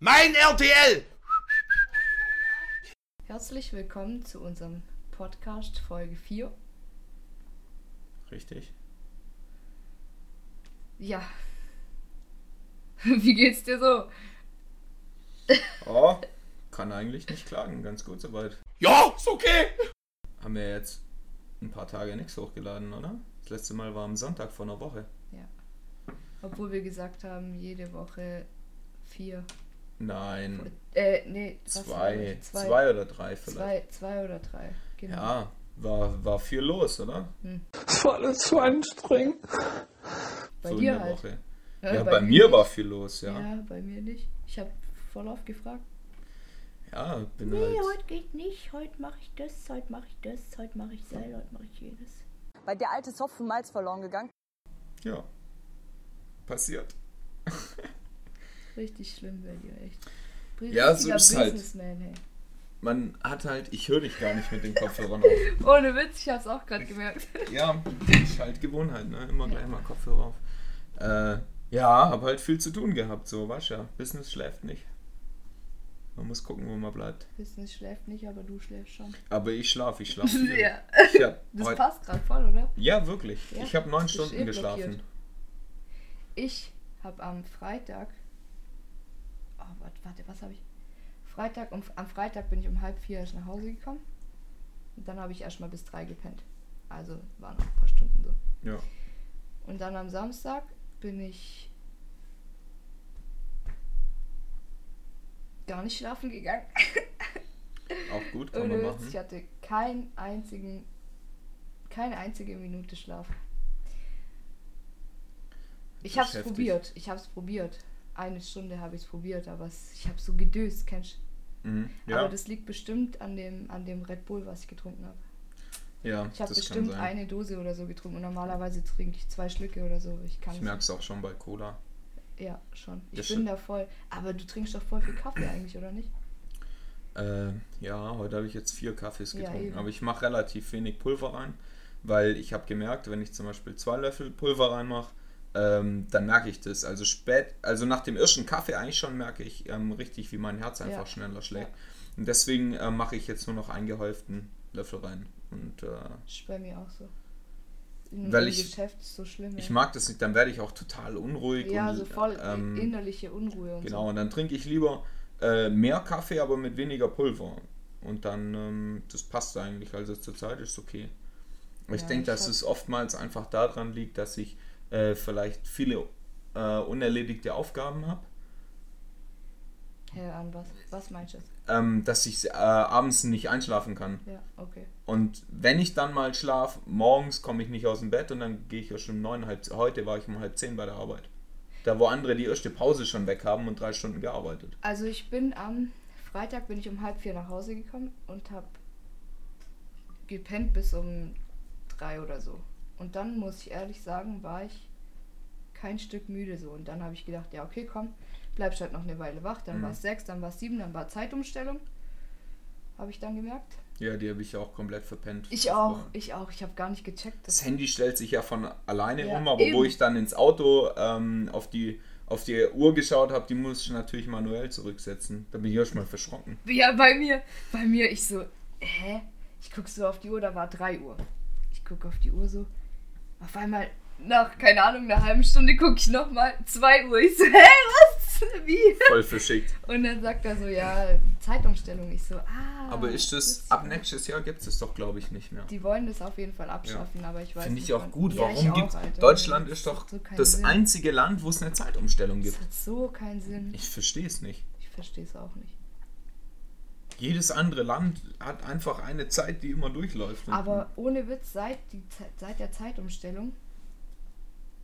Mein RTL! Herzlich willkommen zu unserem Podcast Folge 4. Richtig. Ja. Wie geht's dir so? Oh, kann eigentlich nicht klagen, ganz gut soweit. Ja, ist okay! Haben wir jetzt ein paar Tage nichts hochgeladen, oder? Das letzte Mal war am Sonntag vor einer Woche. Obwohl wir gesagt haben, jede Woche vier. Nein, Äh, nee, was war zwei, das? zwei, Zwei, oder drei vielleicht. zwei, zwei oder drei. Genau. Ja, war, war viel los, oder? Es war alles so anstrengend. bei so in dir der halt. Woche. Ja, Ja, bei mir nicht. war viel los, ja. Ja, Ja, bei mir nicht. Ich habe voll oft gefragt. bin halt. geht nicht. Heute mache ich das, heute mache ich das, heute mache ich das, heute mache ich jenes. Weil der alte Zopfen Malz verloren gegangen. Ja. Passiert. Richtig schlimm bei dir, echt. Bri- Ja, so richtiger ist halt. Businessman, ey. Man hat halt, ich höre dich gar nicht mit den Kopfhörern auf. Ohne Witz, ich hab's auch gerade gemerkt. Ja, ist halt Gewohnheit, ne? Immer gleich mal Kopfhörer auf. Äh, ja, hab halt viel zu tun gehabt, so was ja. Business schläft nicht. Man muss gucken, wo man bleibt. Business schläft nicht, aber du schläfst schon. Aber ich schlaf, ich schlaf viel. Ja. Ich hab Das heut- passt gerade voll, oder? ja, wirklich. Ja, ich habe neun das ist Stunden eh geschlafen. blockiert. Ich habe am Freitag. Oh, warte, warte was habe ich? Freitag um, am Freitag bin ich um halb vier erst nach Hause gekommen. Und dann habe ich erstmal bis drei gepennt. Also waren noch ein paar Stunden so. Ja. Und dann am Samstag bin ich gar nicht schlafen gegangen. Auch gut, kann Ohne man Witz, ich machen. hatte keinen einzigen, keine einzige Minute Schlaf. Ich Das hab's ist heftig. probiert, ich hab's probiert. Eine Stunde habe ich es probiert, aber es, ich habe so gedöst, kennst Mhm. du? Ja, Aber das liegt bestimmt an dem, an dem Red Bull, was ich getrunken habe. ja Ich habe das kann bestimmt sein. eine Dose oder so getrunken und normalerweise trinke ich zwei Schlücke oder so. Ich kann Ich es merke es auch schon bei Cola. Ja, schon. Ich Das bin schon. da voll. Aber du trinkst doch voll viel Kaffee eigentlich, oder nicht? Äh, ja, heute habe ich jetzt vier Kaffees Ja, getrunken, eben. aber ich mache relativ wenig Pulver rein, weil ich habe gemerkt, wenn ich zum Beispiel zwei Löffel Pulver reinmache, ähm, dann merke ich das. Also spät, also nach dem ersten Kaffee eigentlich schon merke ich ähm, richtig, wie mein Herz einfach Ja. schneller schlägt. Und deswegen äh, mache ich jetzt nur noch einen gehäuften Löffel rein. Und äh, Ist bei mir auch so. In, Weil im ich- Geschäft ist so schlimm. ich ey. mag das nicht, dann werde ich auch total unruhig. Ja, und, so voll ähm, innerliche Unruhe und Genau, und dann trinke ich lieber äh, mehr Kaffee, aber mit weniger Pulver. Und dann, ähm, das passt eigentlich. Also zurzeit ist okay. Aber ich Ja, denke, ich dass hab- es oftmals einfach daran liegt, dass ich äh, vielleicht viele äh, unerledigte Aufgaben habe. so. Hä, an was? Was meinst du? jetzt? Ähm, dass ich äh, abends nicht einschlafen kann. Ja, okay. Und wenn ich dann mal schlafe, morgens komme ich nicht aus dem Bett und dann gehe ich ja schon um neun, halb, heute war ich um halb zehn bei der Arbeit. Da, wo andere die erste Pause schon weg haben und drei Stunden gearbeitet. Also ich bin am Freitag bin ich um halb vier nach Hause gekommen und habe gepennt bis um drei oder so. Und dann muss ich ehrlich sagen, war ich kein Stück müde so. Und dann habe ich gedacht, ja okay, komm, bleibst halt noch eine Weile wach. Dann Mhm. war es sechs, dann war es sieben, dann war Zeitumstellung. Habe ich dann gemerkt. Ja, die habe ich auch komplett verpennt. Ich Das auch, war- ich auch. Ich habe gar nicht gecheckt. dass- das Handy stellt sich ja von alleine Ja, um, aber wo eben. ich dann ins Auto ähm, auf, die, auf die Uhr geschaut habe, die muss ich natürlich manuell zurücksetzen. Da bin ich erstmal verschrocken. Ja, bei mir, bei mir, ich so, hä? Ich guck so auf die Uhr, da war 3 Uhr. Ich guck auf die Uhr so, auf einmal, nach, keine Ahnung, einer halben Stunde guck ich nochmal, 2 Uhr. Ich so, hä, was? Wie? Voll verschickt. Und dann sagt er so, ja, Zeitumstellung. Ich so, ah. aber ist das, wisst ihr. ab ne- nächstes Jahr gibt es das doch, glaube ich, nicht mehr. Die wollen das auf jeden Fall abschaffen, aber ich weiß Finde ich nicht, auch wann. gut. Ja, ich Warum auch, gibt Alter. Deutschland Das ist doch so keinen das Sinn. einzige Land, wo es eine Zeitumstellung Das gibt. hat so keinen Sinn. Ich verstehe es nicht. Ich verstehe es auch nicht. Jedes andere Land hat einfach eine Zeit, die immer durchläuft. Und Aber ohne Witz, seit, die, Ze- seit der Zeitumstellung,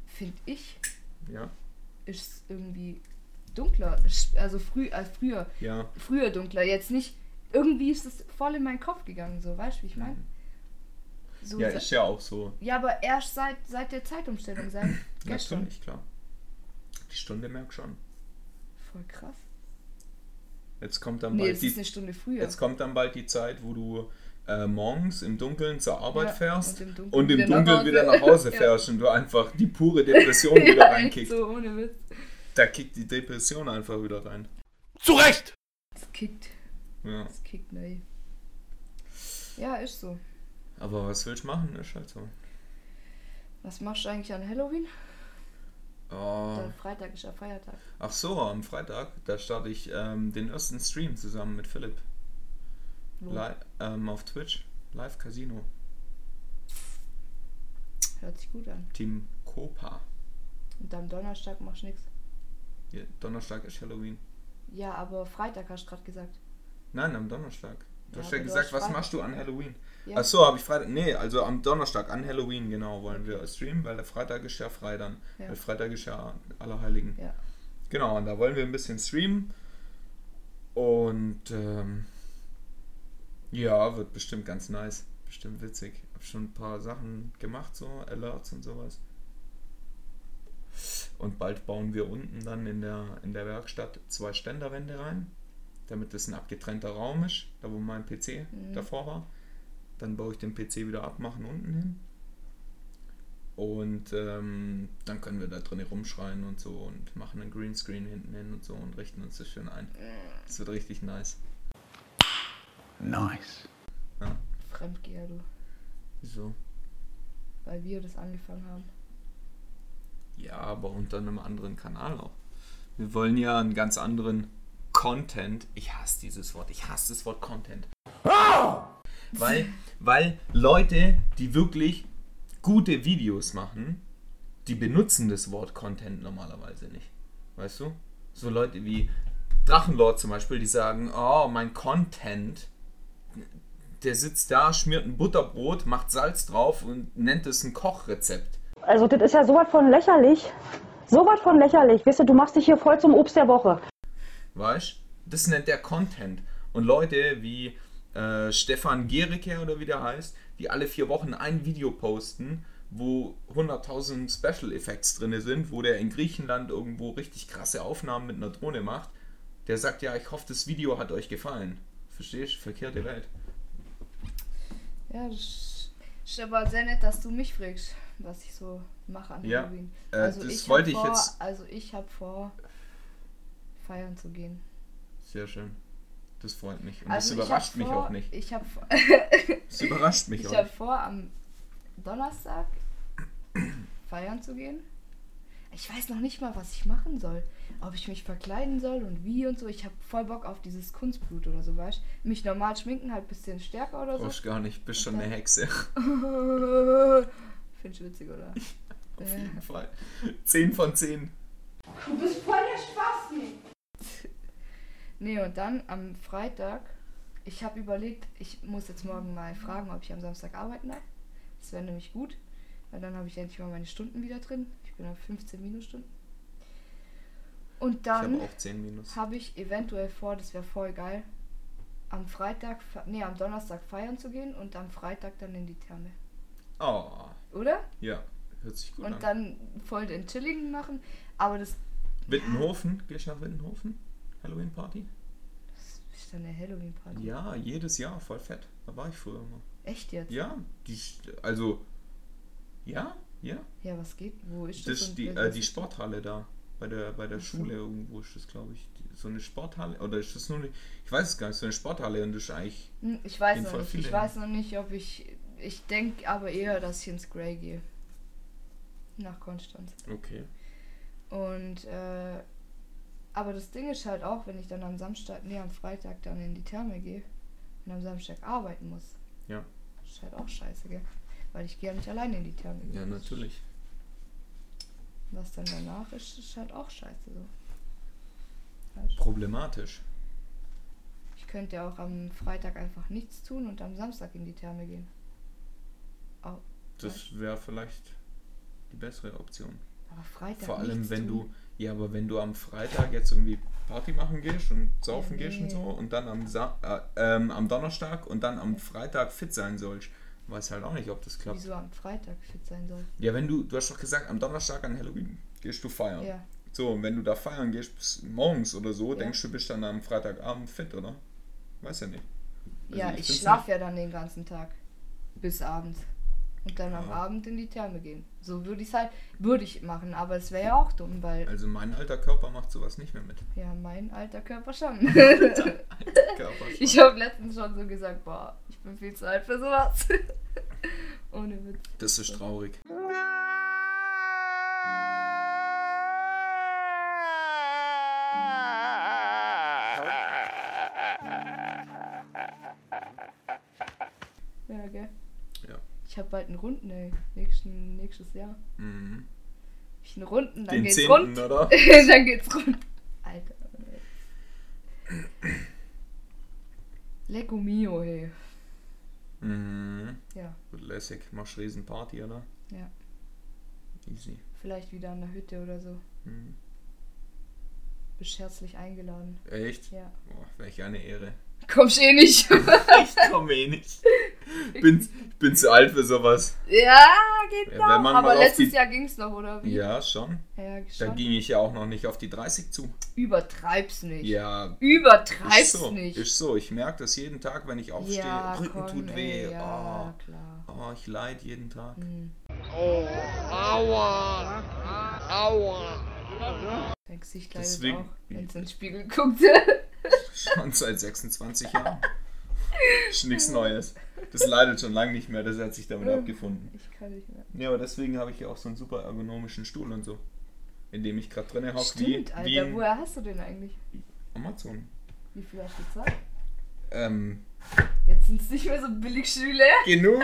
finde ich, ja, ist irgendwie dunkler. Ist- Also früh, äh, früher, ja. früher dunkler. Jetzt nicht. Irgendwie ist es voll in meinen Kopf gegangen, so, weißt du, wie ich meine? So, Mhm. Ja, se- ist ja auch so. ja, aber erst seit, seit der Zeitumstellung, seit gestern. Natürlich, klar. Die Stunde merkt schon. Voll krass. Jetzt kommt dann Nee, bald es die ist eine Stunde früher. Jetzt kommt dann bald die Zeit, wo du äh, morgens im Dunkeln zur Arbeit Ja, fährst und im Dunkeln und im wieder nach Dunkeln Hause. wieder nach Hause Ja. fährst und du einfach die pure Depression wieder ja, also. echt reinkickt. so, ohne Witz. Da kickt die Depression einfach wieder rein. Zu Recht! Es kickt. Ja. Es kickt neu. Ja, ist so. Aber was willst du machen? Ist halt so. Was machst du eigentlich an Halloween? Oh. Dann Freitag ist ja Feiertag. Ach so, am Freitag, da starte ich ähm, den ersten Stream zusammen mit Philipp. Wo? Li ähm, auf Twitch. Live Casino. Hört sich gut an. Team Copa. Und am Donnerstag machst du nichts. Ja, Donnerstag ist Halloween. Ja, aber Freitag hast du gerade gesagt. Nein, am Donnerstag. Du Ja, hast aber ja du gesagt, hast was Freitag. machst du an Halloween? Ja. Ach so, habe ich Freitag. Nee, also am Donnerstag, an Halloween, genau, wollen wir streamen, weil der Freitag ist ja frei dann. Ja. Weil Freitag ist ja Allerheiligen. Ja. Genau, und da wollen wir ein bisschen streamen. Und ähm, ja, wird bestimmt ganz nice. Bestimmt witzig. Hab schon ein paar Sachen gemacht, so Alerts und sowas. Und bald bauen wir unten dann in der, in der Werkstatt zwei Ständerwände rein, damit das ein abgetrennter Raum ist, da wo mein PC Mhm. davor war. Dann baue ich den PC wieder ab, machen unten hin. Und ähm, dann können wir da drinnen rumschreien und so und machen einen Greenscreen hinten hin und so und richten uns das schön ein. Das wird richtig nice. Nice. Fremdgeher, du. So. Weil wir das angefangen haben. Ja, aber unter einem anderen Kanal auch. Wir wollen ja einen ganz anderen Content. Ich hasse dieses Wort. Ich hasse das Wort Content. Weil, weil Leute, die wirklich gute Videos machen, die benutzen das Wort Content normalerweise nicht. Weißt du? So Leute wie Drachenlord zum Beispiel, die sagen, oh, mein Content, der sitzt da, schmiert ein Butterbrot, macht Salz drauf und nennt es ein Kochrezept. Also das ist ja sowas von lächerlich. Sowas von lächerlich. Weißt du, du machst dich hier voll zum Obst der Woche. Weißt Das nennt der Content. Und Leute wie äh, Stefan Gericke oder wie der heißt, die alle vier Wochen ein Video posten, wo 100.000 Special Effects drin sind, wo der in Griechenland irgendwo richtig krasse Aufnahmen mit einer Drohne macht, der sagt ja, ich hoffe, das Video hat euch gefallen. Verstehst? Verkehrte Welt. Ja, das ist aber sehr nett, dass du mich fragst, was ich so mache an Ja, Halloween. äh, das hab wollte ich vor, jetzt- Also ich habe vor, feiern zu gehen. Sehr schön. Das freut mich. Und Also ich das hab überrascht mich vor, auch nicht. Ich habe vor, Das überrascht mich auch ich hab nicht. vor, am Donnerstag feiern zu gehen. Ich weiß noch nicht mal, was ich machen soll. Ob ich mich verkleiden soll und wie und so. Ich habe voll Bock auf dieses Kunstblut oder so, weißt Mich normal schminken, halt ein bisschen stärker oder so. Brauchst gar nicht, bist schon eine Hexe. Find's witzig, oder? Auf jeden Fall. 10 von 10. Nee, und dann am Freitag, ich habe überlegt, ich muss jetzt morgen mal fragen, ob ich am Samstag arbeiten darf. Das wäre nämlich gut, weil dann habe ich endlich mal meine Stunden wieder drin. Ich bin auf 15 Minusstunden. Und Ich habe dann auch 10 Minus. habe ich eventuell vor, das wäre voll geil, am Freitag, fe- nee, am Donnerstag feiern zu gehen und am Freitag dann in die Therme. Oh. Oder? Ja, hört sich gut an. Und dann voll den Chilligen machen. Aber das Wittenhofen, gehst du nach Wittenhofen? Halloween Party? ist dann eine Halloween-Party. Ja, jedes Jahr, voll fett. Da war ich früher immer. Echt jetzt? Ja, die, St- also, ja, ja. Ja, was geht? Wo ist das? Das, und die, wer- äh, was die ist das? Sporthalle da, bei der, bei der Schule irgendwo ist das, glaube ich. Die, so eine Sporthalle, oder ist das nur eine, ich weiß es gar nicht, so eine Sporthalle und das ist eigentlich, Hm, Ich weiß Jeden noch Fall nicht. viele, Ich ja. weiß noch nicht, ob ich. Ich denke aber eher, dass ich ins Grey gehe. Nach Konstanz. okay. Und äh, aber das Ding ist halt auch, wenn ich dann am Samstag, nee, am Freitag dann in die Therme gehe und am Samstag arbeiten muss. Ja. Ist halt auch scheiße, gell? Weil ich gehe ja nicht alleine in die Therme. Ja, natürlich. Was dann danach ist, ist halt auch scheiße so. Weißt du? Problematisch. Ich könnte ja auch am Freitag einfach nichts tun und am Samstag in die Therme gehen. Das wäre vielleicht die bessere Option. Aber Freitag Vor allem, nichts wenn tun. du, ja, aber wenn du am Freitag jetzt irgendwie Party machen gehst und saufen gehst und so und dann am, Sa äh, ähm, am Donnerstag und dann am Freitag fit sein sollst, weiß halt auch nicht, ob das klappt. Wieso am Freitag fit sein soll. Ja, wenn du, du hast doch gesagt, am Donnerstag an Halloween gehst du feiern. Ja. So, und wenn du da feiern gehst bis morgens oder so, Ja. denkst du, bist dann am Freitagabend fit, oder? Weiß ja nicht. Also ja, ich ich, find's schlafe ja dann den ganzen Tag. Bis abends. und dann am Ja. Abend in die Therme gehen. So würde ich halt, würde ich machen, aber es wäre ja auch dumm, weil Also mein alter Körper macht sowas nicht mehr mit. ja mein alter Körper schon. Körper schon. ich habe letztens schon so gesagt, boah, ich bin viel zu alt für sowas. Ohne Witz. Das ist traurig. Ja, gell? Ja. Ich habe bald einen Runden, ey. Nächsten, nächstes Jahr. Mhm. Hab Ich einen Runden, dann Den geht's zehnten, rund. oder? dann geht's rund. Alter. ey. Lecco um mio, hey. Mhm. Ja, Wird lässig. Machst Riesenparty, oder? Ja. Easy. vielleicht wieder an der Hütte oder so. Mhm. Bist herzlich eingeladen. Echt? Ja. Boah, welch eine Ehre. Kommst eh nicht. Ich komme eh nicht. Bin, ich bin zu alt für sowas. ja, geht Ja, noch. wenn man Aber mal auf letztes die- Jahr ging's noch, oder wie? Ja, schon. Ja, Da schon. ging ich ja auch noch nicht auf die 30 zu. Übertreib's nicht. Ja, ist Übertreib's so. nicht. Ist so. Ich merke das jeden Tag, wenn ich aufstehe. ja, Rücken komm, tut weh. Ey, ja, Oh. klar. Oh, ich leid jeden Tag. Hm. Dein Gesicht leidet Deswegen- auch, wenn es in den Spiegel guckt. Schon seit 26 Jahren. Ist nichts Neues. Das leidet schon lange nicht mehr, das hat sich damit abgefunden. ich kann nicht mehr. Ja, aber deswegen habe ich ja auch so einen super ergonomischen Stuhl und so. In dem ich gerade drin hocke, wie, Stimmt, wie Alter, in woher hast du den eigentlich? Amazon. Wie viel hast du bezahlt? Ähm, Jetzt sind es nicht mehr so billig Schüler. genug?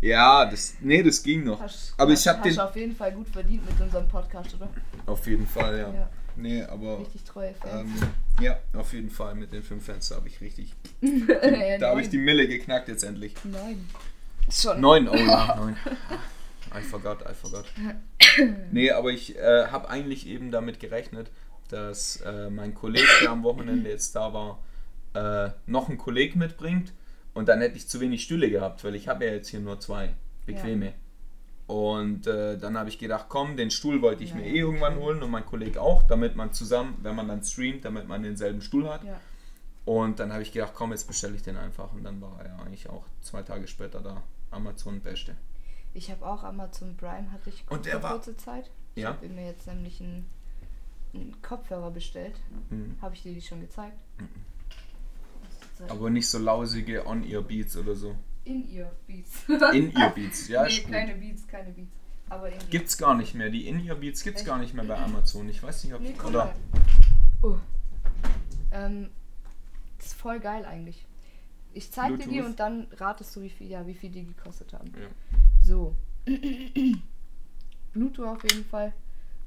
Ja, das, nee, das ging noch. Hast, Aber hast, ich habe hast den. du auf jeden Fall gut verdient mit unserem Podcast, oder? Auf jeden Fall, ja. Ja. Nee, aber. Richtig treue Fans. Ähm, ja, auf jeden Fall mit den fünf Fenster habe ich richtig. ja, Da habe nein. ich die Mille geknackt jetzt endlich. Nein. Schon. Neun, oh ja, neun. I forgot, I forgot. Nee, aber ich äh, habe eigentlich eben damit gerechnet, dass äh, mein Kollege, der am Wochenende jetzt da war, äh, noch einen Kollegen mitbringt und dann hätte ich zu wenig Stühle gehabt, weil ich habe ja jetzt hier nur zwei bequeme. Und äh, dann habe ich gedacht, komm, den Stuhl wollte ich mir Ja. eh irgendwann holen und mein Kollege auch, damit man zusammen, wenn man dann streamt, damit man denselben Stuhl hat. Ja. Und dann habe ich gedacht, komm, jetzt bestelle ich den einfach. Und dann war er eigentlich auch zwei Tage später da. Amazon Beste. Ich habe auch Amazon Prime, hatte ich Und der für war- kurze Zeit. Ich Ja. habe mir jetzt nämlich einen, einen Kopfhörer bestellt. Mhm. Habe ich dir die schon gezeigt? Aber nicht so lausige On-Ear-Beats oder so. In ihr Beats. In-Ear-Beats, ja, nee, ist gut. keine Beats, keine Beats. Aber in Gibt's gar nicht mehr. Die In-Ear-Beats gibt's gar nicht mehr bei Amazon. Ich weiß nicht, ob. Mhm. Nee, guck oder. mal. Oh. Ähm, ist voll geil eigentlich. Ich zeig dir die Bluetooth. und dann ratest du, wie viel, ja, wie viel die gekostet haben. Ja. So. Bluetooth auf jeden Fall.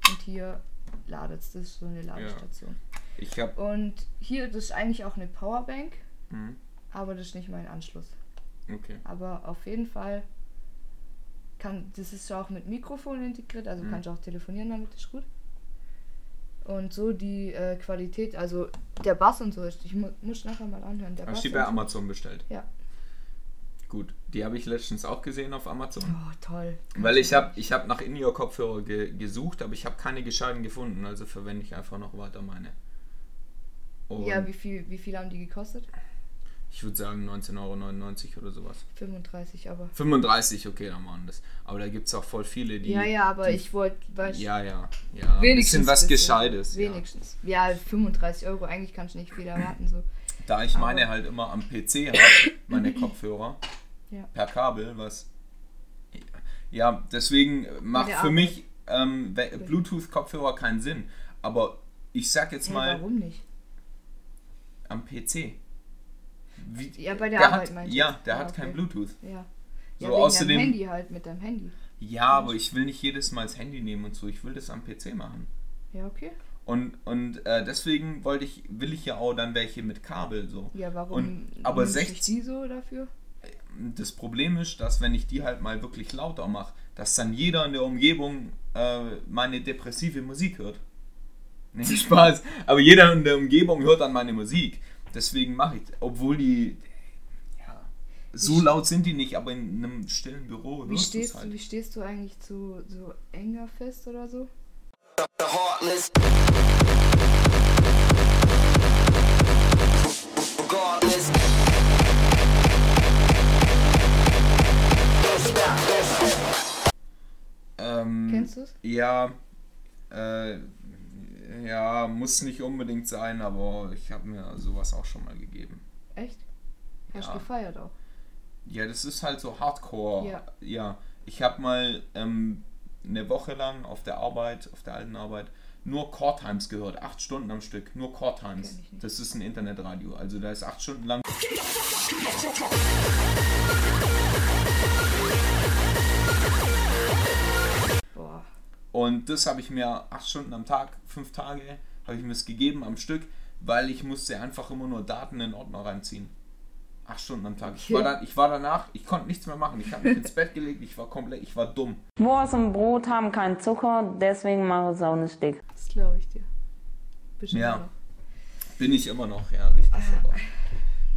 Und hier ladet's. Das ist so eine Ladestation. Ich hab. Und hier, das ist eigentlich auch eine Powerbank, Mhm. aber das ist nicht mein Anschluss. Okay. Aber auf jeden Fall kann, das ist ja auch mit Mikrofon integriert, also Mhm. kannst du auch telefonieren damit, ist gut. Und so die äh, Qualität, also der Bass und so ist, ich mu muss nachher mal anhören. Der Hast Bass du die bei und so. Amazon bestellt? Ja. Gut. Die habe ich letztens auch gesehen auf Amazon. Oh, toll. Weil ich habe ich hab nach In-Ear-Kopfhörer ge gesucht, aber ich habe keine gescheiten gefunden. Also verwende ich einfach noch weiter meine. Und Ja, wie viel, wie viel haben die gekostet? ich würde sagen 19,99 Euro oder sowas. 35, aber. 35, okay, dann machen das. Aber da gibt es auch voll viele, die. ja, ja, aber die, ich wollte, weißt du, Ja, ja, ja. ein wenigstens. Bisschen was bisschen. Gescheites. Wenigstens. Ja. 35 Euro, eigentlich kannst du nicht viel erwarten. So. Ja. Da ich meine halt immer am PC habe, meine Kopfhörer, Ja. per Kabel, was. Ja, deswegen macht der für Arbeit. mich ähm, we- Bluetooth-Kopfhörer keinen Sinn. Aber ich sag jetzt Hey, mal warum nicht? am PC. Wie- Ja, bei der Arbeit hat, meinst du Ja, jetzt? der Ah, hat kein okay. Bluetooth. Ja. So, ja, wegen außerdem- deinem Handy halt, mit deinem Handy. Ja, aber ich will nicht jedes Mal das Handy nehmen und so. Ich will das am PC machen. Ja, okay. Und, und äh, deswegen wollte ich, will ich ja auch dann welche mit Kabel so. Ja, warum Und, aber nimmst du 60, die so dafür? das Problem ist, dass wenn ich die halt mal wirklich lauter mache, dass dann jeder in der Umgebung äh, meine depressive Musik hört. Nicht Spaß, aber jeder in der Umgebung hört dann meine Musik. Deswegen mache ich, obwohl die, ja, so Wie- laut sind die nicht, aber in einem stillen Büro Wie hörst du es stehst, du, halt. wie stehst du eigentlich zu so enger fest oder so? Regardless. Let's stop, let's stop. Mhm. es? Ähm, Ja, äh, ja, muss nicht unbedingt sein, aber ich habe mir sowas auch schon mal gegeben. Echt? Hast Ja. gefeiert auch. Ja, das ist halt so Hardcore. Ja. ja. Ich habe mal ähm, eine Woche lang auf der Arbeit, auf der alten Arbeit, nur Core Times gehört. Acht Stunden am Stück. Nur Core Times. Kenn ich nicht. Das ist ein Internetradio. Also da ist acht Stunden lang. Boah. Und das habe ich mir acht Stunden am Tag, fünf Tage, habe ich mir es gegeben am Stück, weil ich musste einfach immer nur Daten in Ordner reinziehen. Acht Stunden am Tag. Ich, war dann, ich war danach, ich konnte nichts mehr machen. Ich habe mich ins Bett gelegt, ich war komplett, ich war dumm. Wurst und Brot haben keinen Zucker, deswegen mache ich es auch nicht dick. Das glaube ich dir. Bestimmt Ja. noch. Bin ich immer noch, ja, richtig. Aber,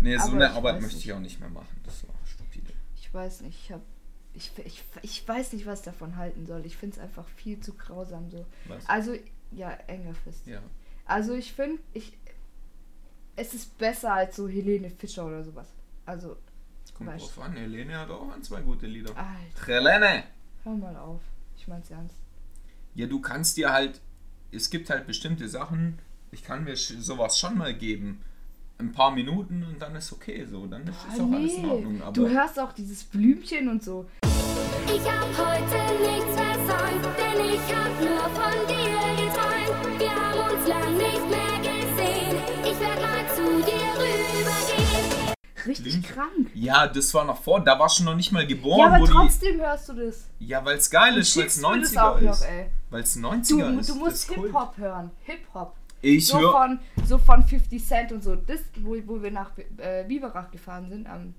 nee, so Ah. Aber eine ich Arbeit weiß möchte nicht. ich auch nicht mehr machen. Das war stupide. Ich weiß nicht, ich habe ich, ich, ich weiß nicht, was ich davon halten soll. Ich finde es einfach viel zu grausam so. Was? Also ja, enge Fist. Ja. Also ich finde, ich es ist besser als so Helene Fischer oder sowas. Also Kommt Weißt drauf an, Helene hat auch ein, zwei gute Lieder. Alter, Helene! hör mal auf. Ich mein's ernst. Ja, du kannst dir halt, es gibt halt bestimmte Sachen, ich kann mir sch- sowas schon mal geben. Ein paar Minuten und dann ist okay so. Dann ist, ist Ah, auch alles in nee. Ordnung. Aber du hörst auch dieses Blümchen und so. Ich hab heute nichts versäumt, denn ich hab nur von dir geträumt. Wir haben uns lang nicht mehr gesehen. Ich werd mal zu dir rübergehen. Richtig Klingt- krank. ja, das war noch vor, da warst du noch nicht mal Ja, geboren, aber wo die. trotzdem hörst du das. Ja, weil es geil ist, weil es schickst mir das 90er auch noch, ist. ey. Weil es Du, 90er ist. du musst das ist cool. Hip-Hop hören. Hip-Hop. Ich So höre. von, so von 50 Cent und so. Das, wo, wo wir nach äh, Biberach gefahren sind am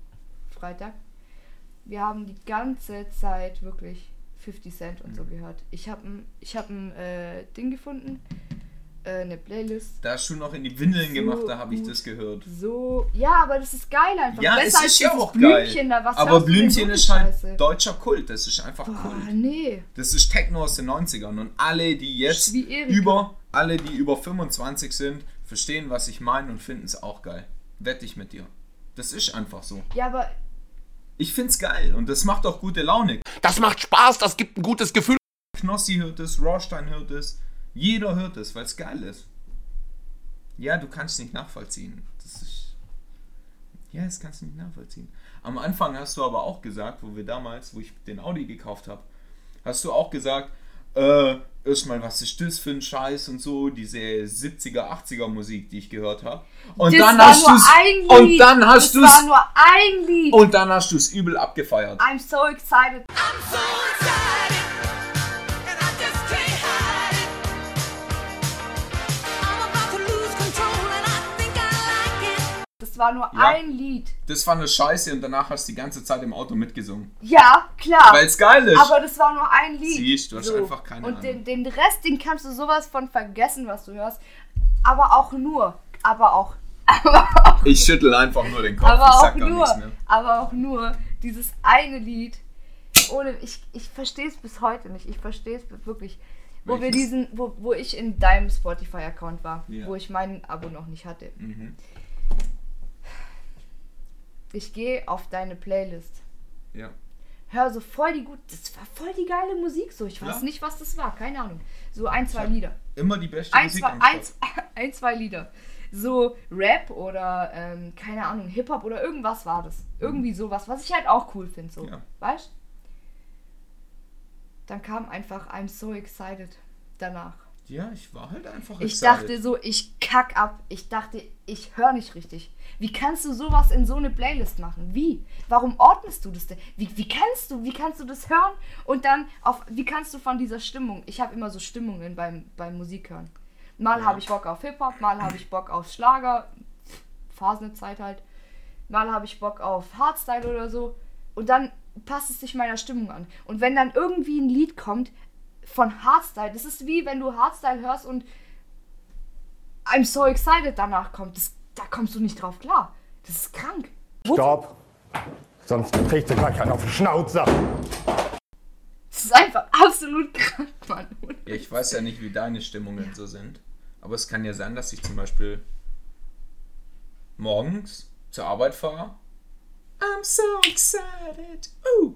Freitag. Wir haben die ganze Zeit wirklich 50 Cent und so Mhm. gehört. Ich habe ein, ich hab ein äh, Ding gefunden, äh, eine Playlist. Da hast du noch in die Windeln So gemacht, da habe ich gut. das gehört. So, ja, aber das ist geil einfach. Ja, Besser es als ist ja dieses auch geil. Blümchen da, was aber hörst du denn Blümchen so ist eine halt Scheiße? deutscher Kult. Das ist einfach Boah, Kult. nee. Das ist Techno aus den 90ern. Und alle, die jetzt Wie Erika. über, alle, die über 25 sind, verstehen, was ich meine und finden es auch geil. Wette ich mit dir. Das ist einfach so. Ja, aber Ich find's geil und das macht auch gute Laune. Das macht Spaß, das gibt ein gutes Gefühl. Knossi hört es, Rohrstein hört es, jeder hört es, weil es geil ist. Ja, du kannst nicht nachvollziehen. Das ist. Ja, das kannst du nicht nachvollziehen. Am Anfang hast du aber auch gesagt, wo wir damals, wo ich den Audi gekauft habe, hast du auch gesagt, äh, erstmal, was ist das für ein Scheiß und so, diese 70er, 80er Musik, die ich gehört habe. Und, das dann war hast nur du's- ein Lied. und dann hast du das es. war nur ein Lied. Und dann hast du es übel abgefeiert. I'm so excited. Das war nur Ja. ein Lied. Das war eine Scheiße und danach hast du die ganze Zeit im Auto mitgesungen. Ja, klar. Weil es geil ist. aber das war nur ein Lied. Siehst, du hast einfach keine Und den, Ahnung. den Rest, den kannst du sowas von vergessen, was du hörst. Aber auch nur. Aber auch. Aber auch. Ich schüttel einfach nur den Kopf, aber ich auch sag gar nichts nur. mehr. Aber auch nur. Dieses eine Lied. Ohne. Ich, ich verstehe es bis heute nicht. Ich verstehe es wirklich. Wo wir Welches? diesen, wo, wo ich in deinem Spotify-Account war, Ja. Mhm. wo ich mein Abo noch nicht hatte. Ich gehe auf deine Playlist. Ja. hör so voll die gut, das war voll die geile Musik so. Ich weiß Ja. nicht, was das war, keine Ahnung. So ein, zwei Ja. Lieder. Immer die beste Ein, Musik zwei, am ein, Start. ein, zwei Lieder. So Rap oder ähm, keine Ahnung, Hip-Hop oder irgendwas war das. Irgendwie sowas, was ich halt auch cool finde. So. Mhm. Ja. Weißt Dann kam einfach I'm so excited danach. Ja, ich war halt einfach Ich excited. dachte so, ich kack ab. Ich dachte, ich höre nicht richtig. Wie kannst du sowas in so eine Playlist machen? Wie? Warum ordnest du das denn? Wie, wie kannst du, wie kannst du das hören und dann auf, wie kannst du von dieser Stimmung? Ich habe immer so Stimmungen beim, beim Musik hören. Mal habe ich Bock auf Hip Hop, mal habe ich Bock auf Schlager, Phasenzeit halt. Mal habe ich Bock auf Hardstyle oder so. Und dann passt es sich meiner Stimmung an. Und wenn dann irgendwie ein Lied kommt von Hardstyle, das ist wie wenn du Hardstyle hörst und I'm so excited danach kommt. Das, da kommst du nicht drauf klar. Das ist krank. Stopp! Sonst kriegt sie gleich einen auf den Schnauzer. Das ist einfach absolut krank, Mann. Ja, ich weiß ja nicht, wie deine Stimmungen so sind. Aber es kann ja sein, dass ich zum Beispiel morgens zur Arbeit fahre. I'm so excited. Uh.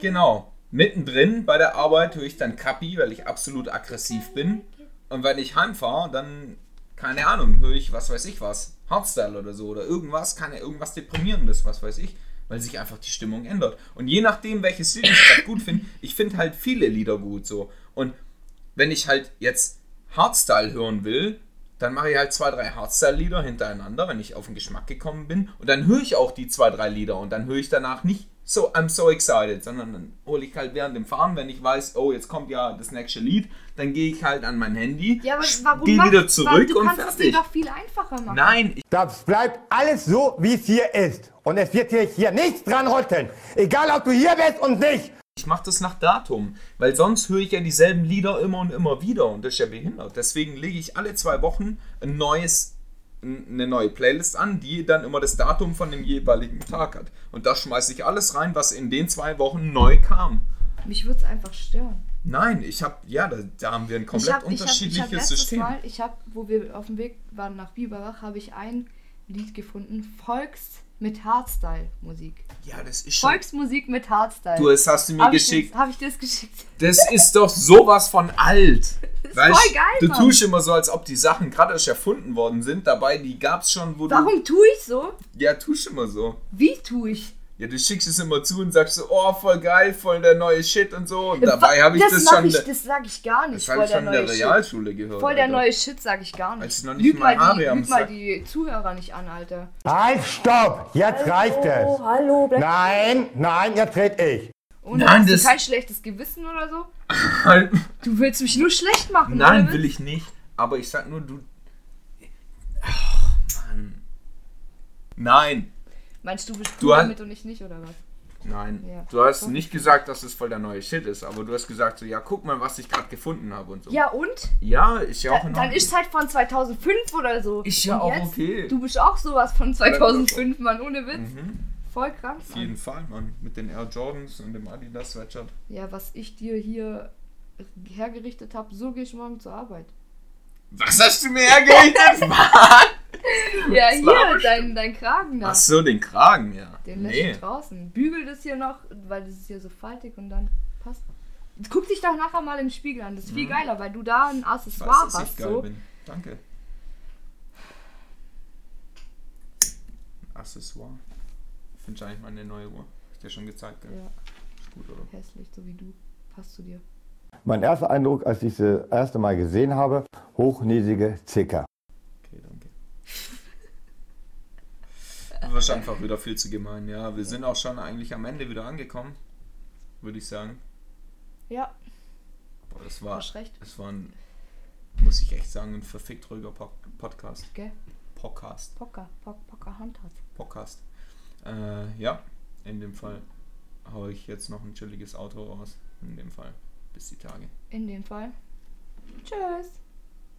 Genau. Mittendrin bei der Arbeit höre ich dann Kappi, weil ich absolut aggressiv bin. Und wenn ich heimfahre, dann, keine Ahnung, höre ich, was weiß ich was, Hardstyle oder so oder irgendwas, kann ja irgendwas Deprimierendes, was weiß ich, weil sich einfach die Stimmung ändert. Und je nachdem, welches Lied ich gerade gut finde, ich finde halt viele Lieder gut so. Und wenn ich halt jetzt Hardstyle hören will, dann mache ich halt zwei, drei Hardstyle-Lieder hintereinander, wenn ich auf den Geschmack gekommen bin. Und dann höre ich auch die zwei, drei Lieder und dann höre ich danach nicht so I'm so excited, sondern dann hole ich halt während dem Fahren, wenn ich weiß, oh, jetzt kommt ja das nächste Lied, dann gehe ich halt an mein Handy, Ja, aber warum gehe machst- wieder zurück du und kannst es dir fertig. doch viel einfacher machen. Nein, ich, Das bleibt alles so, wie es hier ist. Und es wird hier, hier nichts dran rütteln. Egal, ob du hier bist und nicht. ich mache das nach Datum, weil sonst höre ich ja dieselben Lieder immer und immer wieder und das ist ja behindert. Deswegen lege ich alle zwei Wochen ein neues, n- eine neue Playlist an, die dann immer das Datum von dem jeweiligen Tag hat. Und da schmeiße ich alles rein, was in den zwei Wochen neu kam. Mich würde es einfach stören. Nein, ich habe, ja, da, da haben wir ein komplett ich habe ich hab, ich unterschiedliches hab letztes System. Mal, ich habe, wo wir auf dem Weg waren nach Biberach, habe ich ein Lied gefunden, Volks mit Hardstyle-Musik. ja, das ist schon Volksmusik mit Hardstyle. Du, das hast du mir Hab ich geschickt. das- Hab ich das geschickt? Das ist doch sowas von alt. Das voll geil, du Mann. tust immer so, als ob die Sachen gerade erst erfunden worden sind. Dabei, die gab's schon, wo Warum tue ich so? du. Ja, tust immer so. Wie tue ich? Ja, du schickst es immer zu und sagst so, oh, voll geil, voll der neue Shit und so. Und dabei Wa- habe ich das, mach schon. Ich, das sage ich gar nicht. Voll das habe ich der schon in neue der Shit. Realschule gehört. Voll der Alter. neue Shit sage ich gar nicht. Als ich noch nicht lüg mal mal, Haare die, am lüg mal Sack- die Zuhörer nicht an, Alter. Halt, stopp! Jetzt reicht es. hallo, Black. Nein, nein, jetzt red ich. Und Nein, hast das- du kein schlechtes Gewissen oder so? Halt. Du willst mich nur schlecht machen, Nein, oder? will ich nicht. Aber ich sag nur, du. Ach, Mann. Nein. Meinst du, bist Du du hast- damit und ich nicht, oder was? Nein, Ja. du hast nicht gesagt, dass es voll der neue Shit ist, aber du hast gesagt so, ja, guck mal, was ich gerade gefunden habe und so. Ja, und? Ja, ist ja auch in Dann Ordnung. ist halt von 2005 oder so. Ist ja Und auch jetzt? okay. Mhm. Du bist auch sowas von 2005, Mann, ohne Witz. Voll krank, Auf Mann. jeden Fall, Mann. Mit den Air Jordans und dem Adidas Sweatshirt. Ja, was ich dir hier hergerichtet habe, so gehe ich morgen zur Arbeit. Was hast du mir hergerichtet? Ja, hier, Slawisch. dein, dein Kragen da. Ach so, den Kragen, ja. Den lässt nee. du draußen. Bügel das hier noch, weil das ist hier so faltig und dann passt. Guck dich doch nachher mal im Spiegel an. Das ist viel geiler, weil du da ein Mhm. Ich Accessoire weiß, dass ich hast. geil So. bin. Danke. Accessoire. Finde ich eigentlich meine neue Uhr. Ist dir schon gezeigt, gell? Ja, Ist gut, oder? hässlich, so wie du. Passt zu dir. Mein erster Eindruck, als ich sie das erste Mal gesehen habe, hochnäsige Zicker. Okay, danke. Das ist einfach wieder viel zu gemein. Ja, wir sind auch schon eigentlich am Ende wieder angekommen, würde ich sagen. Ja, Boah, das war, Hast recht. das war ein, muss ich echt sagen, ein verfickt ruhiger Po- Podcast. gell? Podcast. Pocker, Pock, Pocker Handtas. Podcast. Äh, ja, in dem Fall haue ich jetzt noch ein chilliges Auto raus. In dem Fall. Bis die Tage. In dem Fall. Tschüss.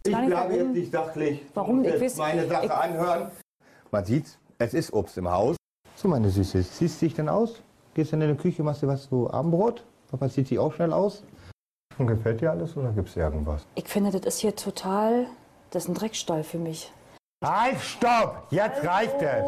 Ich Gar nicht bleibe warum. jetzt nicht sachlich. Warum? Ich muss Ich jetzt weiß- meine Sache ich- anhören. Man sieht's, es ist Obst im Haus. So, meine Süße, ziehst du dich denn aus? Gehst dann in die Küche, machst dir was zu Abendbrot? Papa zieht sich auch schnell aus. Und gefällt dir alles oder gibt's irgendwas? Ich finde, das ist hier total. Das ist ein Dreckstall für mich. Halt, stopp! Jetzt reicht es!